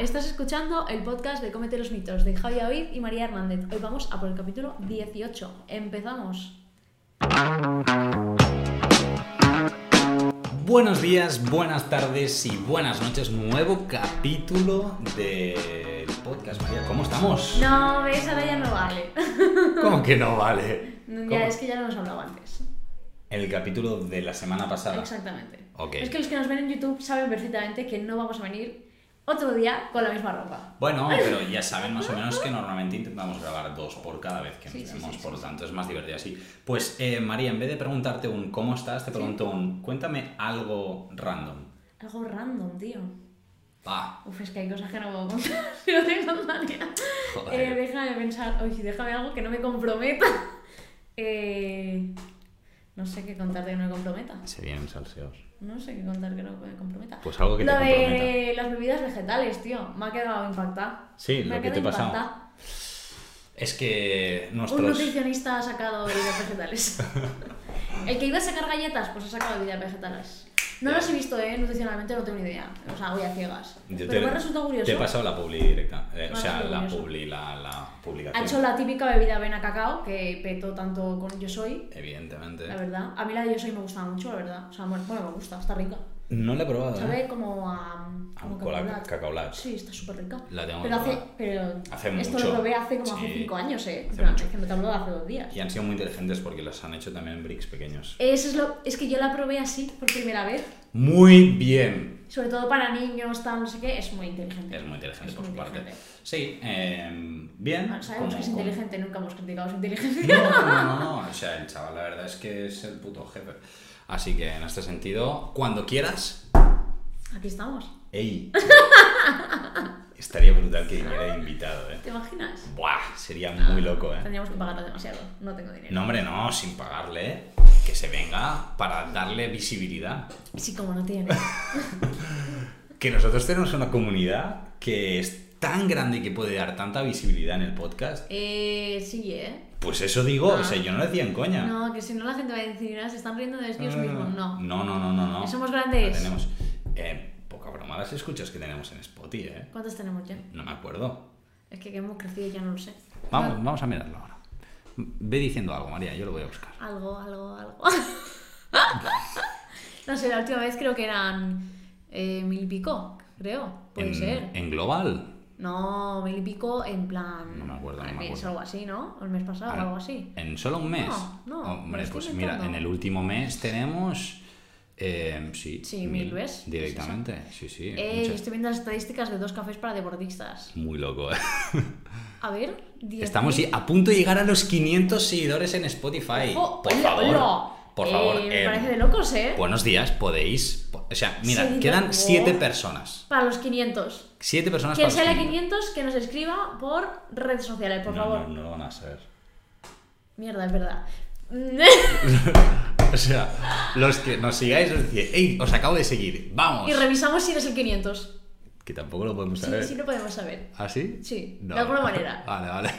estás escuchando el podcast de Comete los mitos de Javier Ovid y María Hernández. Hoy vamos a por el capítulo 18. Empezamos. Buenos días, buenas tardes y buenas noches. Nuevo capítulo del podcast, María. ¿Cómo estamos? No, ves, ahora ya no vale. ¿Cómo que no vale? ¿Cómo? Ya es que ya lo hemos hablado antes. El capítulo de la semana pasada. Exactamente. Ah, Ok. Es que los que nos ven en YouTube saben perfectamente que no vamos a venir otro día con la misma ropa. Bueno, pero ya saben más o menos que normalmente intentamos grabar dos por cada vez que nos Sí, sí, vemos, sí, por lo tanto es más divertido así. Pues eh, María, en vez de preguntarte un ¿cómo estás? Te pregunto un cuéntame algo random. Algo random, tío. Va. Uf, es que hay cosas que no puedo contar. si no tengo manera. Joder. Eh, déjame pensar. Oye, déjame algo que no me comprometa. Eh, no sé qué contar que no me comprometa. Se vienen salseos. No sé qué contar que no me comprometa. Pues algo que te Lo de comprometa. las bebidas vegetales, tío. Me ha quedado impactada. Sí, me lo ha que quedado te he pasado. impactada. Es que nuestros... Un nutricionista ha sacado bebidas vegetales. El que iba a sacar galletas, pues ha sacado bebidas vegetales. No Ya. las he visto, eh, nutricionalmente no tengo ni idea. O sea, voy a ciegas. Yo Pero me ha resultado curioso. Te he pasado la publi directa. Me eh, o ha sea, resultado la curioso. publi, la, la publicación. Ha hecho la típica bebida avena cacao que petó tanto con Yo Soy, Evidentemente. la verdad. A mí la de Yo Soy me gustaba mucho, la verdad. O sea, bueno, bueno, me gusta, está rica. No la he probado. ¿eh? Sabe como a. como un cola- cacaolat. cacaolat. Sí, está súper rica. La tengo que pero hace, probar. pero Hace esto mucho. lo probé hace como hace Sí. 5 años, ¿eh? En Hace plan, mucho. Es que me te hablo de hace dos días. Y han sido muy inteligentes porque las han hecho también en bricks pequeños. Eso es, lo, es que yo la probé así por primera vez, Muy bien. sobre todo para niños, tal, no sé qué, es muy inteligente. Es muy inteligente Es por muy su parte. inteligente. Sí, eh, bien. Bueno, sabemos como- que es como- inteligente, nunca hemos criticado su inteligencia. No, no, no, no. O sea, el chaval, la verdad es que es el puto jefe. Así que en este sentido, cuando quieras. Aquí estamos. ¡Ey! Estaría brutal que viniera de invitado, ¿eh? ¿Te imaginas? Buah, sería muy loco, ¿eh? Tendríamos que pagarlo demasiado. No tengo dinero. No, hombre, no, sin pagarle. Que se venga para darle visibilidad. Sí, como no tiene. Que nosotros tenemos una comunidad que es tan grande y que puede dar tanta visibilidad en el podcast. Eh, sí, ¿eh? Pues eso digo, Ah. o sea, yo no lo decía en coña. No, que si no la gente va a decir, ah, se están riendo de ellos mismos. No. No, no, no, no. no. Somos grandes. La tenemos. Eh, poca broma las escuchas que tenemos en Spotify, ¿eh? ¿Cuántos tenemos ya? No me acuerdo. Es que, que hemos crecido, ya no lo sé. Vamos, vamos a mirarlo ahora. Ve diciendo algo, María, yo lo voy a buscar. Algo, algo, algo. no sé, la última vez creo que eran eh, mil y pico, creo. Puede en, ser. en global. No, mil y pico en plan. No me acuerdo, no al me mes, acuerdo. algo así, ¿no? El mes pasado, Ah, algo así. ¿En solo un mes? No, no, me Hombre, estoy pues inventando. mira, en el último mes tenemos. eh, sí, Sí, mil, ¿ves? Directamente, sí, sí. Eh, muchas. estoy viendo las estadísticas de dos cafés para deportistas. Muy loco, ¿eh? A ver, 10.000. Estamos sí, a punto de llegar a los 500 seguidores en Spotify. Ojo, Oh, por hola, favor. hola. Por Eh, favor. me eh, parece de locos, ¿eh? Buenos días, podéis. O sea, mira, Seguidor- quedan 7 Wow. personas. Para los 500. 7 personas Quien para los sea la 500. 500, que nos escriba por redes sociales, por no, favor. No, no lo van a saber. Mierda, es verdad. O sea, los que nos sigáis os decís, hey, os acabo de seguir, vamos. y revisamos si eres el 500. Que tampoco lo podemos Sí, saber. sí, lo podemos saber. ¿Ah, sí? Sí, de alguna manera. Vale, vale.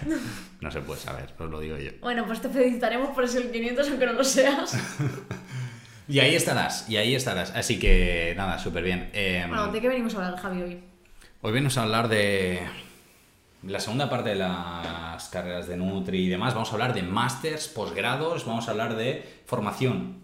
No se puede saber, os lo digo yo. Bueno, pues te felicitaremos por ser el 500, aunque no lo seas. Y ahí estarás, y ahí estarás. Así que nada, súper bien. Eh, bueno, ¿de qué venimos a hablar, Javi, hoy? Hoy venimos a hablar de la segunda parte de las carreras de Nutri y demás. Vamos a hablar de másters, posgrados, vamos a hablar de formación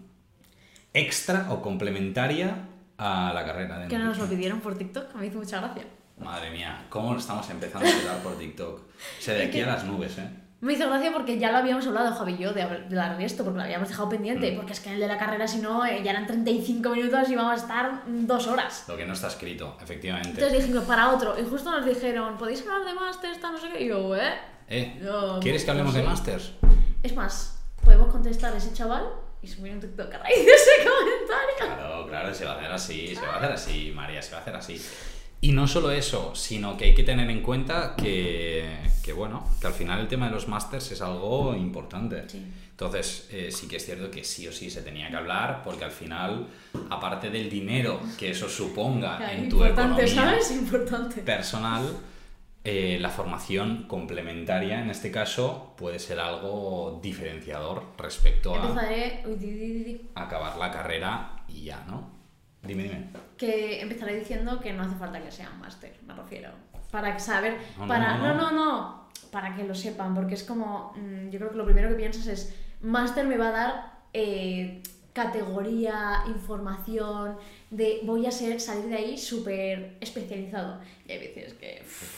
extra o complementaria a la carrera de Que Nutri. nos lo pidieron por TikTok, me hizo mucha gracia. Madre mía, cómo estamos empezando a hablar por TikTok. O sea, de aquí a las nubes, ¿eh? Me hizo gracia porque ya lo habíamos hablado, Javi y yo, de habl- de hablar de esto, porque lo habíamos dejado pendiente. Mm. Porque es que en el de la carrera, si no, eh, ya eran 35 minutos y vamos a estar mm, dos horas. Lo que no está escrito, efectivamente. Entonces dijimos, para otro. Y justo nos dijeron, ¿podéis hablar de máster, esta, no sé qué? Y yo, ¿eh? Eh, No, ¿Quieres que no hablemos de sé. másters? Es más, podemos contestar a ese chaval y subir un TikTok a raíz de ese comentario. Claro, claro, se va a hacer así, se va a hacer así, María, se va a hacer así. Y no solo eso, sino que hay que tener en cuenta que, que, bueno, que al final el tema de los másters es algo importante. Sí. Entonces, eh, sí que es cierto que sí o sí se tenía que hablar, porque al final, aparte del dinero que eso suponga Claro, Ah, en tu importante, economía ¿sabes? Importante. personal, eh, la formación complementaria, en este caso, puede ser algo diferenciador respecto a Empezaré. Uy, di, di, di, di. acabar la carrera y ya, ¿no? Dime, dime. que empezaré diciendo que no hace falta que sea un máster, me refiero. Para que saber, No, no, para, no, no, no. no, no, para que lo sepan, porque es como, mm, yo creo que lo primero que piensas es, máster me va a dar eh, categoría, información, de voy a ser, salir de ahí súper especializado. Y hay veces que... pff,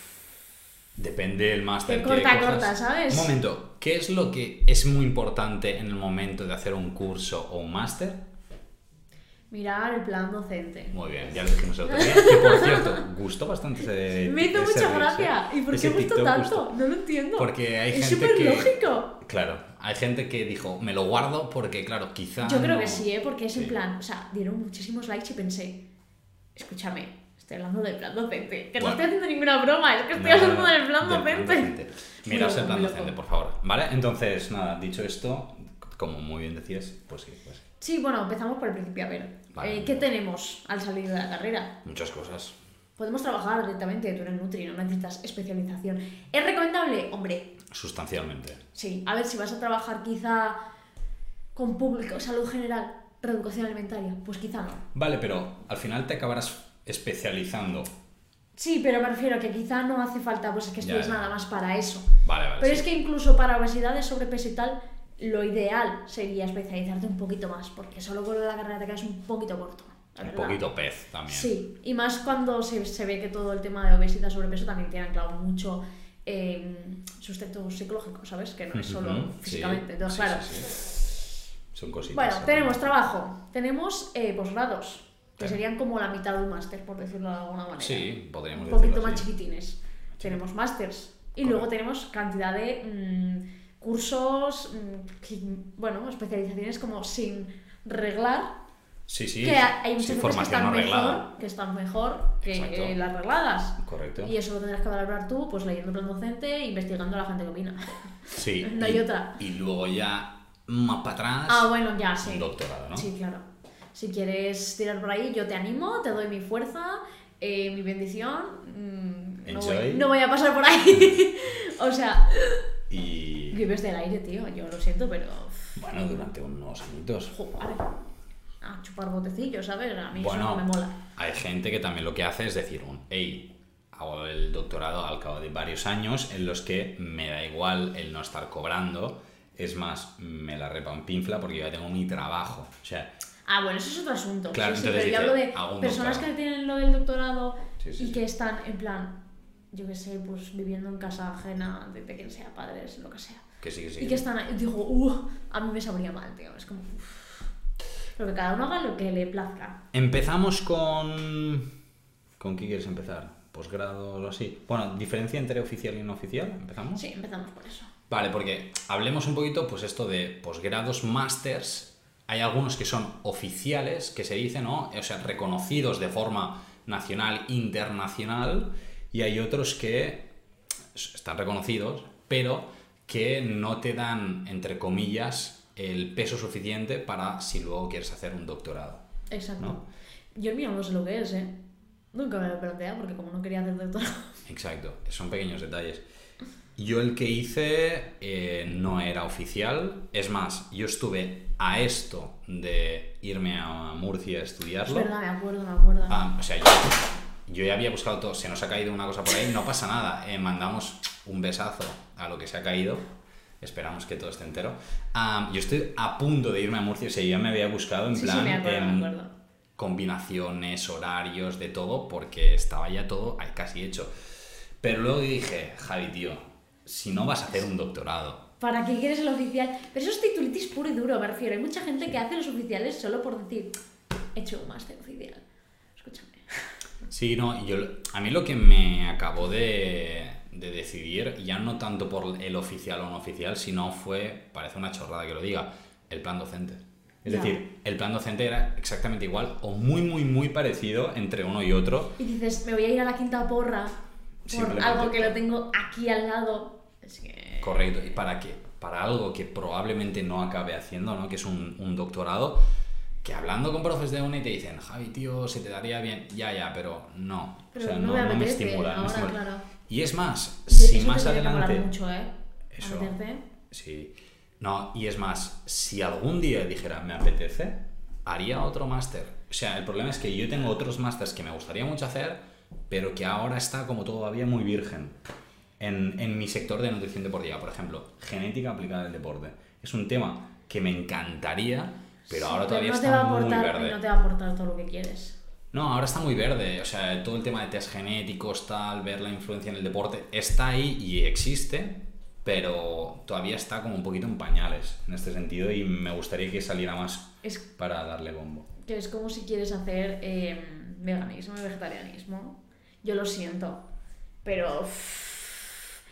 Depende del máster. Que tiene corta, cosas- corta, ¿sabes? Un momento, ¿qué es lo que es muy importante en el momento de hacer un curso o un máster? mirar el plan docente. Muy bien, ya lo dijimos el otro día. Que por cierto, gustó bastante ese. Me hizo ese mucha reels, gracia. ¿eh? ¿Y por Ese qué gustó TikTok tanto? gustó. No lo entiendo. Porque hay es gente súper que- lógico. Claro, hay gente que dijo, me lo guardo porque, claro, quizá. Yo creo no- que sí, ¿eh? porque es Sí. en plan, o sea, dieron muchísimos likes y pensé, escúchame, estoy hablando del plan docente, que Bueno. no estoy haciendo ninguna broma, es que estoy No, hablando del plan del docente. Miraos el Muy plan loco, docente, muy por favor. ¿Vale? Entonces, nada, dicho esto, como muy bien decías, pues sí, pues. Sí, bueno, empezamos por el principio, a ver, Vale. eh, ¿qué tenemos al salir de la carrera? Muchas cosas. Podemos trabajar directamente tú en el Nutri, no necesitas especialización. ¿Es recomendable? Hombre, Sustancialmente. sí, a ver si vas a trabajar quizá con público, salud general, reeducación alimentaria, pues quizá no. Vale, pero al final te acabarás especializando. Sí, pero me refiero a que quizá no hace falta pues que Ya, estudies ya. nada más para eso. Vale, vale. Pero sí. es que incluso para obesidades, sobrepeso y tal, lo ideal sería especializarte un poquito más, porque solo con la carrera te quedas un poquito corto. la Un verdad. poquito pez también. Sí, y más cuando se, se ve que todo el tema de obesidad, sobrepeso también tiene anclado mucho eh, sustento psicológico, ¿sabes? Que no es solo Ujú, sí, físicamente. Entonces, sí, claro. sí, sí. Son cositas. Bueno, ¿sabes? tenemos trabajo, tenemos eh, posgrados, que Claro. serían como la mitad de un máster, por decirlo de alguna manera. Sí, podríamos un poquito decirlo más así. chiquitines. Tenemos másters. Y Correcto. luego tenemos cantidad de mm, cursos, mm, que- bueno, especializaciones como sin reglar, Sí, sí. que ha- hay sí, muchas veces que formación están, no reglada. mejor, que están mejor que Exacto. eh, las regladas. Correcto. Y eso lo tendrás que valorar tú, pues leyendo el plan docente e investigando a la gente que opina. Sí. no hay y, otra. Y luego ya más para atrás. ah, bueno, ya, sí. Un doctorado, ¿no? Sí, claro. Si quieres tirar por ahí, yo te animo, te doy mi fuerza, eh, mi bendición. mm, No Enjoy. voy, no voy a pasar por ahí. o sea, Y. vives del aire, tío. Yo lo siento, pero. uf, Bueno, durante unos añitos. jo, a ver. A chupar botecillos, ¿sabes? A mí Bueno, eso no me mola. hay gente que también lo que hace es decir un, hey, hago el doctorado al cabo de varios años en los que me da igual el no estar cobrando, es más, me la repampinfla porque yo ya tengo mi trabajo. O sea, Ah, bueno, eso es otro asunto. Claro, sí, sí, entonces pero yo dice, hablo de hago un personas doctorado. que tienen lo del doctorado Sí, sí, y sí. que están en plan, yo qué sé, pues viviendo en casa ajena, de quien sea, padres, lo que sea. que sí, que sí. Y que están ahí, digo, "Uh, a mí me sabría mal, tío. Es como. uff. Pero que cada uno haga lo que le plazca. Empezamos con... ¿Con qué quieres empezar? ¿Posgrado o así? Bueno, diferencia entre oficial y no oficial, ¿empezamos? Sí, empezamos por eso. Vale, porque hablemos un poquito, pues esto de posgrados, másters. Hay algunos que son oficiales, que se dicen, ¿no? O sea, reconocidos de forma nacional, internacional, y hay otros que están reconocidos, pero que no te dan, entre comillas, el peso suficiente para si luego quieres hacer un doctorado. Exacto. No. Yo el mío no sé lo que es, ¿eh? Nunca me lo planteé porque como no quería hacer doctorado. Exacto, son pequeños detalles. Yo el que hice eh, no era oficial, es más, yo estuve a esto de irme a Murcia a Es estudiarlo. verdad, me acuerdo, me acuerdo. Ah, o sea, yo, yo ya había buscado todo, se nos ha caído una cosa por ahí, no pasa nada, eh, mandamos un besazo a lo que se ha caído, esperamos que todo esté entero. Ah, yo estoy a punto de irme a Murcia, o sea, yo ya me había buscado en Sí, sí, plan me acuerdo, me em, acuerdo. combinaciones, horarios, de todo, porque estaba ya todo ahí casi hecho. Pero luego dije, Javi, tío, si no vas a hacer un doctorado, ¿Para qué quieres el oficial? Pero eso es titulitis puro y duro, me refiero. Hay mucha gente que hace los oficiales solo por decir, he hecho un máster oficial. Escúchame. Sí, no, yo, a mí lo que me acabó de, de decidir, ya no tanto por el oficial o no oficial, sino fue, parece una chorrada que lo diga, el plan docente. Es Ya. decir, el plan docente era exactamente igual o muy, muy, muy parecido entre uno y otro. Y dices, me voy a ir a la quinta porra por Simplemente. algo que lo tengo aquí al lado. Es que... Correcto. ¿Y para qué? Para algo que probablemente no acabe haciendo, ¿no? Que es un, un doctorado, que hablando con profes de una y te dicen, Javi, tío, se te daría bien. Ya, ya, pero no. Pero o sea, no no, me no me apetece estimula. no me ahora, estimula. claro. Y es más, Eso si te más tiene que molar adelante... mucho, ¿eh? Eso. Apetece. Sí. No, y es más, si algún día dijera me apetece, haría otro máster. O sea, el problema es que yo tengo otros másters que me gustaría mucho hacer, pero que ahora está como todavía muy virgen. En, en mi sector de nutrición deportiva, por ejemplo, genética aplicada al deporte. Es un tema que me encantaría, pero Sí, ahora todavía no te va está a aportar, muy verde. No te va a aportar todo lo que quieres. No, ahora está muy verde. O sea, todo el tema de test genéticos, tal, ver la influencia en el deporte, está ahí y existe, pero todavía está como un poquito en pañales en este sentido y me gustaría que saliera más Es para darle bombo. que es como si quieres hacer eh, veganismo y vegetarianismo. Yo lo siento, pero uff,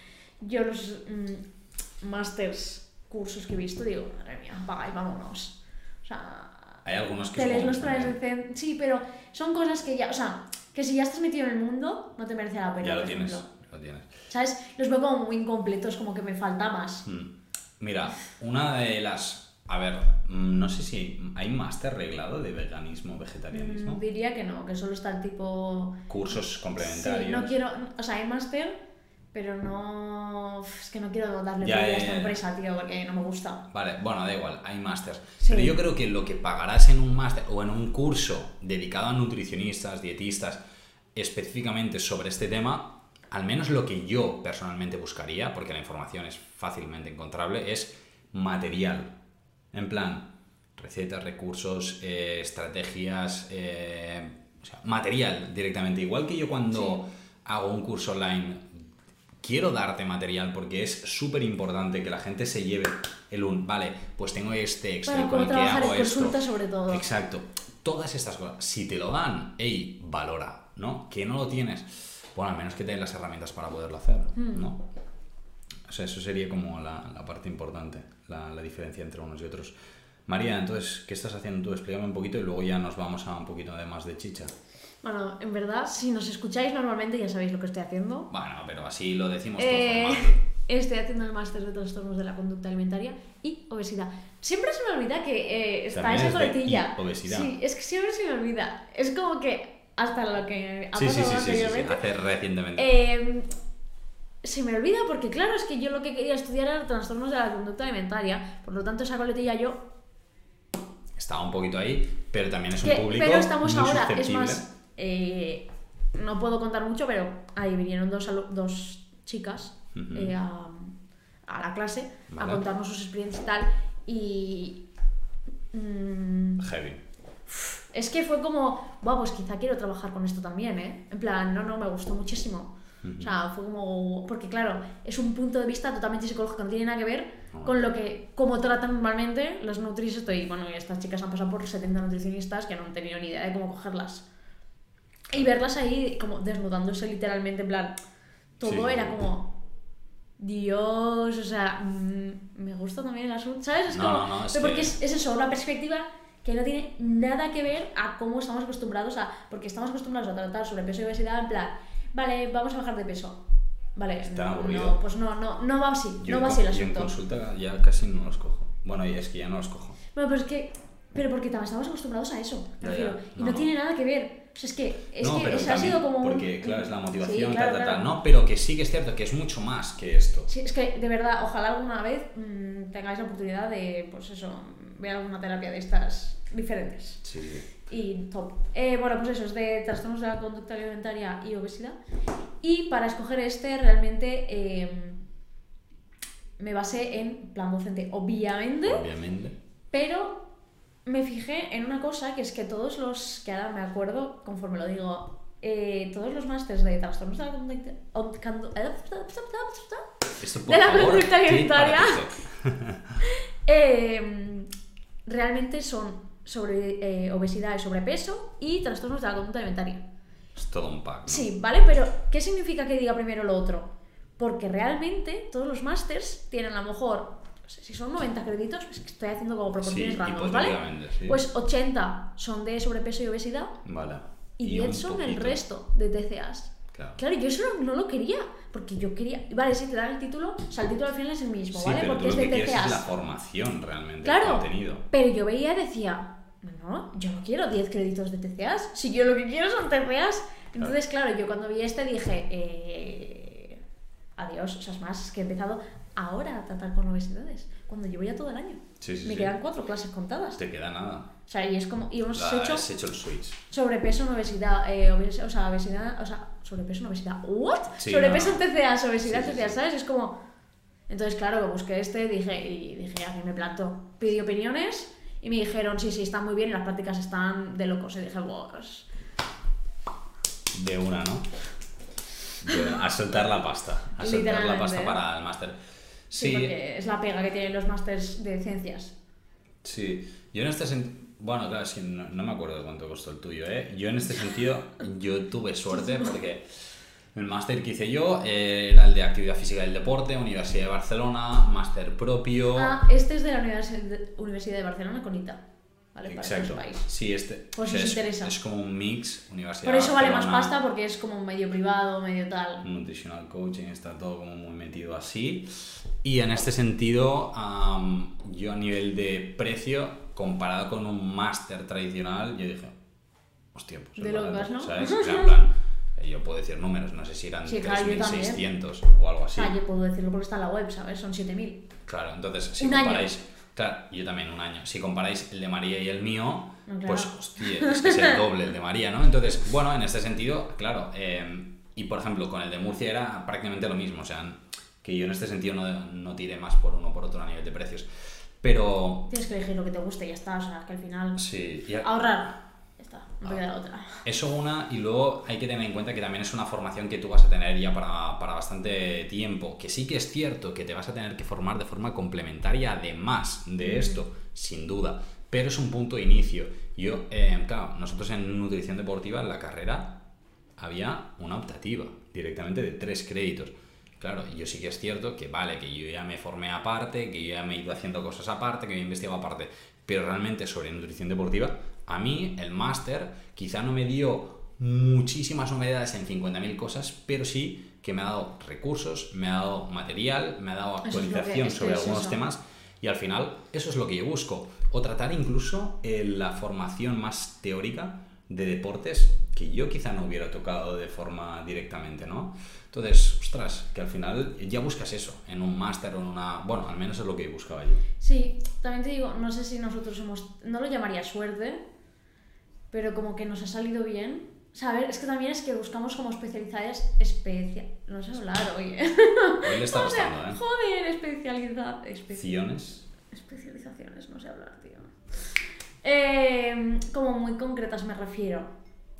yo los mm, masters cursos que he visto digo, madre mía, va, y vámonos. O sea, Hay algunos que te son lees los bastante- planes de cen- Sí, pero son cosas que ya, o sea, que si ya estás metido en el mundo, no te merece la pena. Ya lo por tienes, ejemplo. ya lo tienes. ¿Sabes? Los veo como muy incompletos, como que me falta más. Mm. Mira, una de las... A ver, mm, no sé si hay máster reglado de veganismo, vegetarianismo, Mm, Diría que no, que solo está el tipo cursos complementarios. Sí, no quiero, o sea, hay máster, pero no, es que no quiero darle Ya, ya, a ya, esta ya. empresa, tío, porque no me gusta. Vale, bueno, da igual, hay másters. Sí. Pero yo creo que lo que pagarás en un máster o en un curso dedicado a nutricionistas, dietistas, específicamente sobre este tema, al menos lo que yo personalmente buscaría, porque la información es fácilmente encontrable, es material. En plan, recetas, recursos, eh, estrategias, eh, o sea, material directamente. Igual que yo cuando hago un curso online quiero darte material porque es súper importante que la gente se lleve el un, vale, pues tengo este Excel Bueno, con puedo el que trabajar hago en consulta esto. sobre todo. Exacto. Todas estas cosas, si te lo dan, hey, valora, ¿no? Que no lo tienes, bueno, al menos que te den las herramientas para poderlo hacer, Hmm. ¿no? O sea, eso sería como la, la parte importante, la, la diferencia entre unos y otros. María, entonces, ¿qué estás haciendo tú? Explícame un poquito y luego ya nos vamos a un poquito de más de chicha. Bueno, en verdad, si nos escucháis normalmente ya sabéis lo que estoy haciendo. Bueno, pero así lo decimos todo Eh, formal. estoy haciendo el máster de trastornos de la conducta alimentaria y obesidad. Siempre se me olvida que eh, está esa También es de coletilla. y obesidad. Sí, es que siempre se me olvida. Es como que hasta lo que ha Sí, sí, pasado sí, sí, sí, sí, anteriormente. hace recientemente. Eh, se me olvida porque, claro, es que yo lo que quería estudiar era trastornos de la conducta alimentaria. Por lo tanto, esa coletilla yo. Estaba un poquito ahí, pero también es un que- público pero estamos muy ahora, es susceptible. más. eh, no puedo contar mucho, pero ahí vinieron dos, alu- dos chicas Ujú. eh, a, a la clase Vale. a contarnos sus experiencias y tal. Y. mm, Heavy. es que fue como, wow, pues quizá quiero trabajar con esto también, ¿eh? En plan, no, no, me gustó muchísimo. O sea, fue como, porque claro, es un punto de vista totalmente psicológico, no tiene nada que ver Ah, con lo que, como tratan normalmente las nutris, estoy, bueno, y estas chicas han pasado por 70 nutricionistas que no han tenido ni idea de cómo cogerlas. Y verlas ahí como desnudándose literalmente, en plan, todo Sí. era como, Dios, o sea, mm, me gusta también el asunto, ¿sabes? Es No, como, no, no, es pero porque que- es, es eso, una perspectiva que no tiene nada que ver a cómo estamos acostumbrados a, porque estamos acostumbrados a tratar sobrepeso y obesidad en plan, vale, vamos a bajar de peso. Vale, Está no, aburrido. pues no, no, no va así, Yo no va en- así el yo en asunto. consulta ya casi no los cojo. Bueno, y es que ya no los cojo. Bueno, pero es que, pero porque también estamos acostumbrados a eso, me Ya, refiero, ya, y no, no, no. tiene nada que ver. O sea, es que, es no, que pero eso ha también, sido como un- porque claro, es la Sí, motivación, claro, tal, tal, claro. tal. No, pero que sí que es cierto que es mucho más que esto. Sí, es que de verdad, ojalá alguna vez mm, tengáis la oportunidad de, pues eso, ver alguna terapia de estas diferentes. Sí, sí. Y top. Eh, bueno, pues eso, es de trastornos de la conducta alimentaria y obesidad. Y para escoger este, realmente eh, me basé en plan docente, obviamente, Obviamente. pero me fijé en una cosa que es que todos los, que ahora me acuerdo, conforme lo digo, eh, todos los másters de trastornos de la conducta. eh, Esto, por De la favor, conducta clip alimentaria. para TikTok. Eh, realmente son sobre eh, obesidad y sobrepeso y trastornos de la conducta alimentaria. Es todo un pack. ¿no? Sí, ¿vale? Pero ¿qué significa que diga primero lo otro? Porque realmente todos los másters tienen a lo mejor, no sé, si son 90 créditos, es que estoy haciendo como proporciones Sí, random, ¿vale? hipotéticamente, sí. Pues 80 son de sobrepeso y obesidad Vale. y, un 10 son el poquito. resto de TCAs. Claro. Claro, yo eso no, no lo quería, porque yo quería... Vale, si te dan el título, o sea, el título al final es el mismo, Sí, ¿vale? pero porque tú es lo que de quieres es la TCAs. formación realmente, el Claro, contenido. pero yo veía y decía, no, yo no quiero 10 créditos de TCAs, si yo lo que quiero son TCAs. Entonces, claro, yo cuando vi este dije, eh, adiós, o sea, es más, es que he empezado ahora a tratar con obesidades, cuando llevo ya todo el año. Sí, sí, Me sí. quedan cuatro clases contadas. Te queda nada. O sea, y es como, y hemos La- Pues hecho Has hecho el switch. sobrepeso en obesidad, eh, obes- o sea, obesidad, o sea, sobrepeso en obesidad, ¿what? Sí, sobrepeso no. en TCA, obesidad Sí, sí, en TCA, sí. ¿sabes? Es como, entonces claro, que busqué este, dije, y dije, aquí me planto, pedí opiniones, y me dijeron, sí, sí, está muy bien, y las prácticas están de locos, y dije, wow, pues, De una, ¿no? De una. A soltar la pasta. A soltar la Literalmente. ¿eh? pasta para el máster. sí, Sí, porque es la pega que tienen los másters de ciencias. sí. Yo en este sentido. Bueno, claro, es que no, no me acuerdo cuánto costó el tuyo, ¿eh? Yo en este sentido, yo tuve suerte porque el máster que hice yo eh, era el de Actividad Física del Deporte, Universidad de Barcelona, máster propio. Ah, este es de la Universi- de- Universidad de Barcelona con ITA, ¿vale? Para Exacto. nuestro país. Sí, este. Por si os es, interesa. es como un mix, Universidad Por eso vale más Barcelona, Mm, pasta, porque es como medio privado, medio tal. Nutritional coaching, está todo como muy metido así. Y en este sentido, am, yo a nivel de precio, comparado con un máster tradicional, yo dije, hostia, pues es De lo barato", vas, ¿no? ¿sabes? O sea, en plan, eh, yo puedo decir números, no sé si eran Sí, claro, yo también. 3.600 o algo así. Ah, yo puedo decirlo porque está en la web, ¿sabes? Son 7000. Claro, entonces, si Un año. comparáis. Claro, yo también un año. Si comparáis el de María y el mío, No, claro. pues hostia, es que es el doble el de María, ¿no? Entonces, bueno, en este sentido, claro. eh, y por ejemplo, con el de Murcia era prácticamente lo mismo. O sea, que yo en este sentido no, no tiré más por uno o por otro a nivel de precios. Pero Tienes que elegir lo que te guste y ya está. O sea, que al final. sí, Ah. y a- Ahorrar. Ya está. No te queda otra. eso una. Y luego hay que tener en cuenta que también es una formación que tú vas a tener ya para, para bastante tiempo. Que sí que es cierto que te vas a tener que formar de forma complementaria además de esto, sin duda. Pero es un punto de inicio. Yo, eh, claro, nosotros en nutrición deportiva, en la carrera, había una optativa directamente de tres créditos. Claro, yo sí que es cierto que vale, que yo ya me formé aparte, que yo ya me he ido haciendo cosas aparte, que yo he investigado aparte, pero realmente sobre nutrición deportiva, a mí el máster quizá no me dio muchísimas novedades en 50.000 cosas, pero sí que me ha dado recursos, me ha dado material, me ha dado Eso es lo que- actualización es que sobre es algunos eso. temas y al final eso es lo que yo busco. O tratar incluso eh, la formación más teórica de deportes que yo quizá no hubiera tocado de forma directamente, ¿no? Entonces, ostras, que al final ya buscas eso, en un máster o en una... Bueno, al menos es lo que buscaba yo. Sí, también te digo, no sé si nosotros somos. No lo llamaría suerte, pero como que nos ha salido bien. O sea, a ver, es que también es que buscamos como especialidades. Especia... No sé hablar, oye. Hoy le está O sea, costando, ¿eh? joder, especialidad. especi- Ciones. especializaciones, no sé hablar, tío. Eh, como muy concretas me refiero.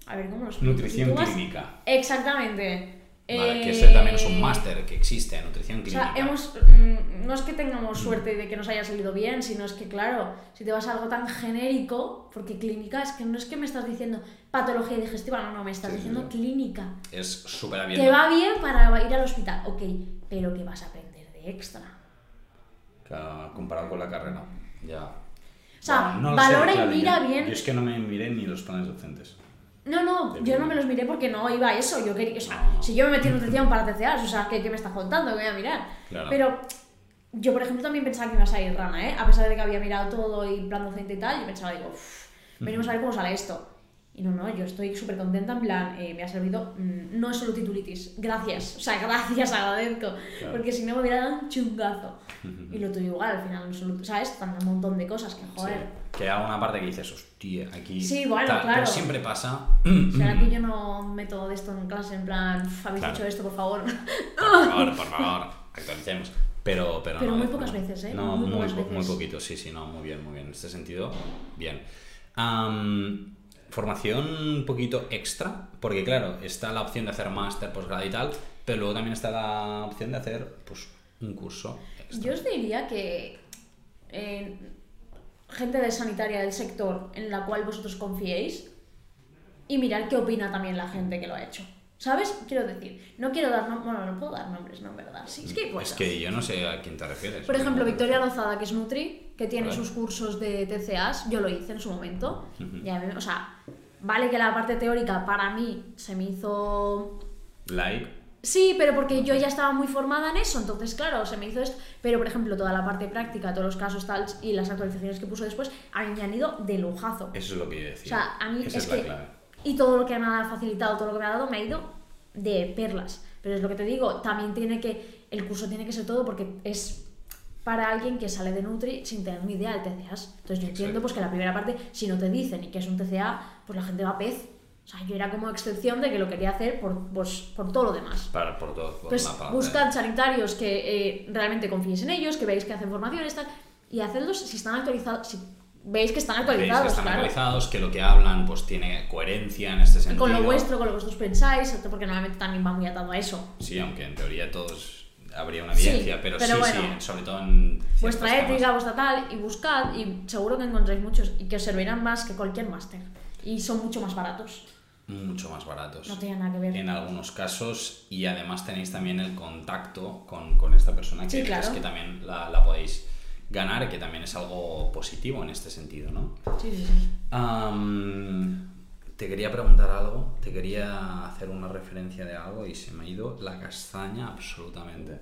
A ver, ¿cómo los Nutrición clínica. Exactamente. Vale, Eh, que ese también es un máster que existe, nutrición O clínica. sea, hemos, mm, no es que tengamos suerte de que nos haya salido bien, sino es que, claro, si te vas a algo tan genérico, porque clínica es que no es que me estás diciendo patología digestiva, no, no, me estás Sí, sí, diciendo sí. clínica. Es súper Te abierto. va bien para ir al hospital, ok, pero ¿qué vas a aprender de extra? Claro, Comparado con la carrera, ya. O sea, Bueno, no lo sé, valora claro, y mira yo- bien Yo es que no me miré ni los planes docentes. No, no, yo no me los miré porque no iba a eso. Yo quería, o sea, Ah. si yo me metí en nutrición para TCAs, o sea, ¿qué, qué me estás contando? ¿Qué voy a mirar? Claro. Pero yo, por ejemplo, también pensaba que ibas a ir rana, ¿eh? A pesar de que había mirado todo y plan docente y tal, yo pensaba, digo, "Uf, veremos a ver cómo sale esto. Y no, no, yo estoy súper contenta, en plan, eh, me ha servido, mm, no es solo titulitis, gracias, o sea, gracias, agradezco, Claro. porque si no me hubiera dado un chungazo. Y lo tuyo igual, al final, solo- ¿sabes? Están un montón de cosas que, joder, Sí, Que hay alguna parte que dices, hostia, aquí. Sí, bueno, tal", claro. Pero siempre pasa. ¿Será que yo no meto de esto en clase en plan, habéis Claro. hecho esto, por favor? Por favor, por favor, actualicemos. Pero, pero, Pero no, muy pocas no. veces, ¿eh? No, Muy muy, pocas po- muy veces. poquito, sí, sí, no, muy bien, muy bien. En este sentido, bien. Am, formación un poquito extra, porque claro, está la opción de hacer máster, posgrado y tal, pero luego también está la opción de hacer pues, un curso extra. Yo os diría que eh, gente de sanitaria del sector en la cual vosotros confiéis y mirar qué opina también la gente que lo ha hecho. ¿Sabes? Quiero decir, no quiero dar nombres, bueno, no puedo dar nombres, ¿no? ¿Verdad? Sí, es que, puedo. Es que yo no sé a quién te refieres. Por ejemplo, Victoria Lozada, que es Nutri, que tiene Vale. sus cursos de TCAs, yo lo hice en su momento. Ujú. y a mí- o sea, vale que la parte teórica para mí se me hizo Like. Sí, pero porque yo ya estaba muy formada en eso, entonces claro, se me hizo esto. Pero por ejemplo, toda la parte práctica, todos los casos tal y las actualizaciones que puso después, a mí me han ido de lujazo. Eso es lo que yo O decía. sea, a mí Esa es es la que... clave. Y todo lo que me ha facilitado, todo lo que me ha dado, me ha ido de perlas. Pero es lo que te digo, también tiene que, el curso tiene que ser todo porque es para alguien que sale de Nutri sin tener ni idea del TCA. Entonces yo entiendo Exacto. pues que la primera parte, si no te dicen y que es un TCA, pues la gente va a pez. O sea, yo era como excepción de que lo quería hacer por, pues, por todo lo demás. Para, por todo, por ¿eh? Pues la parte. buscad sanitarios que eh, realmente confíes en ellos, que veáis que hacen formaciones tal, y hacedlos si están actualizados, si veis que están Veis que actualizados, están claro. actualizados, que lo que hablan pues tiene coherencia en este sentido. Con lo vuestro, con lo que vosotros pensáis, porque normalmente también va muy atado a eso. Sí, aunque en teoría todos habría una Sí, evidencia, pero, pero sí, bueno. sí, sobre todo en ciertas Vuestra camas. ética, vuestra tal, y buscad, y seguro que encontráis muchos, y que os servirán más que cualquier máster. Y son mucho más baratos. mucho más baratos. No tiene nada que ver. en algunos casos y además tenéis también el contacto con, con esta persona que Sí, dices claro. que también la, la podéis ganar, que también es algo positivo en este sentido, ¿no? Sí, sí, sí. Am, te quería preguntar algo, te quería hacer una referencia de algo y se me ha ido la castaña absolutamente.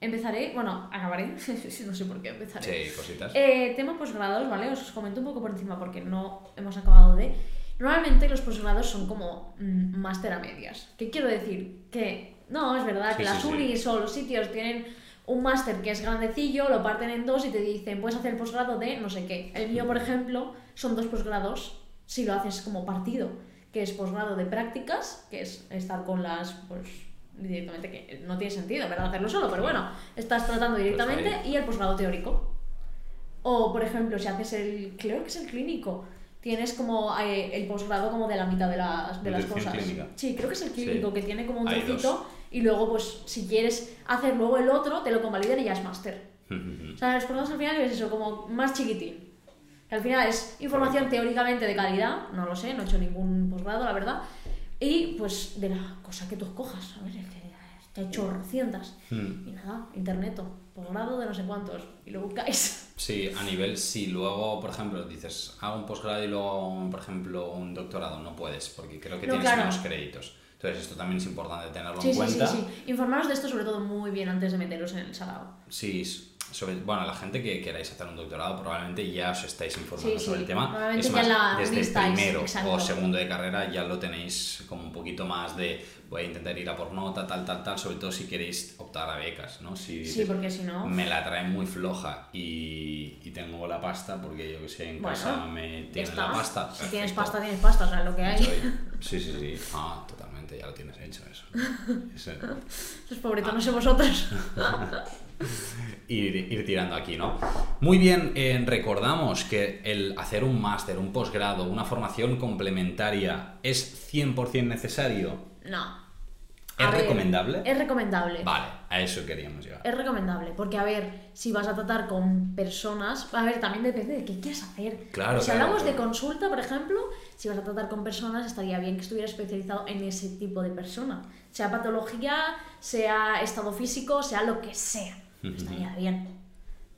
Empezaré, bueno, acabaré, no sé por qué empezaré. Sí, cositas. Eh, tema posgrados, ¿vale? Os comento un poco por encima porque no hemos acabado de. Normalmente los posgrados son como mm, máster a medias. ¿Qué quiero decir? Que no, es verdad Sí, que sí, las sí. unis o los sitios tienen un máster que es grandecillo, lo parten en dos y te dicen, puedes hacer el posgrado de no sé qué. El mío, por ejemplo, son dos posgrados si lo haces como partido, que es posgrado de prácticas, que es estar con las, pues directamente, que no tiene sentido, ¿verdad? Hacerlo solo, pero bueno, estás tratando Pues directamente ahí. y el posgrado teórico. O, por ejemplo, si haces el, creo que es el clínico, tienes como eh, el posgrado como de la mitad de las, de las Nutrición cosas. clínica. Sí, creo que es el clínico, Sí. que tiene como un Hay trocito dos. y luego, pues, si quieres hacer luego el otro, te lo convalidan y ya es máster. O sea, los posgrados al final es eso, como más chiquitín. Que al final es información teóricamente de calidad, no lo sé, no he hecho ningún posgrado, la verdad. Y, pues, de la cosa que tú escojas, a ver, es que te he hecho cientas. Hmm. Y nada, interneto, posgrado de no sé cuántos, y lo buscáis. Sí, a nivel, si luego, por ejemplo, dices, hago un posgrado y luego, por ejemplo, un doctorado, no puedes, porque creo que No, tienes claro. menos créditos. Entonces, esto también es importante tenerlo Sí, en sí, sí, cuenta. sí. Informaros de esto sobre todo muy bien antes de meteros en el salado. Sí, s- sobre, bueno, la gente que queráis hacer un doctorado probablemente ya os estáis informando Sí, sí. sobre el tema. Probablemente Es ya más, la desde listáis, primero exacto. o segundo de carrera ya lo tenéis como un poquito más de voy a intentar ir a por nota, tal, tal, tal, sobre todo si queréis optar a becas, ¿no? Si Sí, dices, porque si no... me la traen muy floja y, y tengo la pasta porque yo que sé, en Bueno, casa me ya tienen está. la pasta. Si tienes perfecto. pasta, tienes pasta, o sea, lo que hay. Sí, sí, sí. Ah, totalmente, ya lo tienes hecho eso. Eso. Los pobretones no sé vosotros. ir, ir tirando aquí, ¿no? Muy bien, eh, recordamos que el hacer un máster, un posgrado, una formación complementaria es 100% necesario. No. ¿Es A ver, recomendable? Es recomendable. Vale, a eso queríamos llegar. Es recomendable, porque a ver, si vas a tratar con personas, a ver, también depende de qué quieras hacer. Claro, Si claro, hablamos claro. de consulta, por ejemplo, si vas a tratar con personas, estaría bien que estuviera especializado en ese tipo de persona. Sea patología, sea estado físico, sea lo que sea. Ujú. Estaría bien.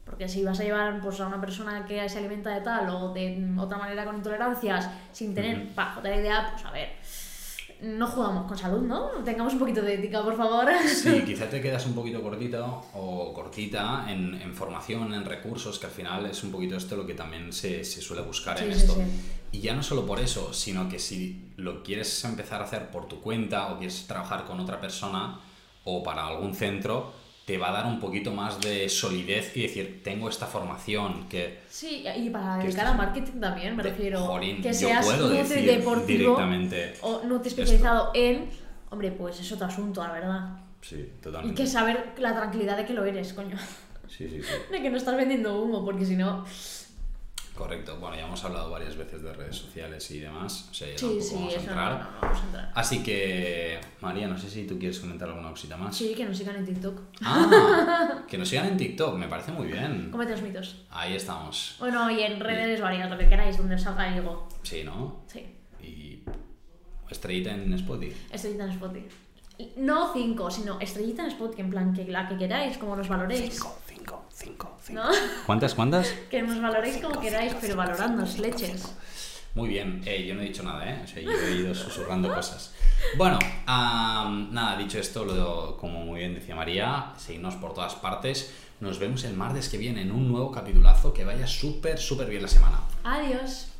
Porque si vas a llevar pues, a una persona que se alimenta de tal o de mm, otra manera con intolerancias, sin tener bajo de la idea, pues a ver, no jugamos con salud, ¿no? Tengamos un poquito de ética, por favor. Sí, quizá te quedas un poquito cortito o cortita en, en formación, en recursos, que al final es un poquito esto lo que también se, se suele buscar Sí, en sí, esto. sí. Y ya no solo por eso, sino que si lo quieres empezar a hacer por tu cuenta o quieres trabajar con otra persona o para algún centro, te va a dar un poquito más de solidez y decir, tengo esta formación que... Sí, y para Que dedicar esto a es- marketing también, me de- refiero. jolín, que yo seas puedo nutri decir deportivo directamente o nutri esto. especializado en. Hombre, pues es otro asunto, la verdad. Sí, Y totalmente. que saber la tranquilidad de que lo eres, coño. Sí, sí, sí. De que no estás vendiendo humo, porque si no. Correcto. Bueno, ya hemos hablado varias veces de redes sociales y demás. O sea, ya Sí, tampoco sí, vamos a eso no, entrar. no, no vamos a entrar. Así que, María, no sé si tú quieres comentar alguna cosita más. Sí, que nos sigan en TikTok. Ah, que nos sigan en TikTok, me parece muy bien. Comete los mitos. Ahí estamos. Bueno, y en redes varias, lo que queráis, donde os salga algo. Sí, ¿no? Sí. Y estrellita en Spotify. Estrellita en Spotify. No cinco, sino estrellita en Spotify, en plan que la que queráis, como nos valoréis. cinco, cinco, ¿No? ¿Cuántas, cuántas? Que nos valoréis como queráis, pero valorándonos leches. Muy bien, Eh, yo no he dicho nada, ¿eh? O sea, yo he ido susurrando cosas. Bueno, am, nada, dicho esto, lo- como muy bien decía María, seguidnos por todas partes. Nos vemos el martes que viene en un nuevo capitulazo que vaya súper, súper bien la semana. Adiós.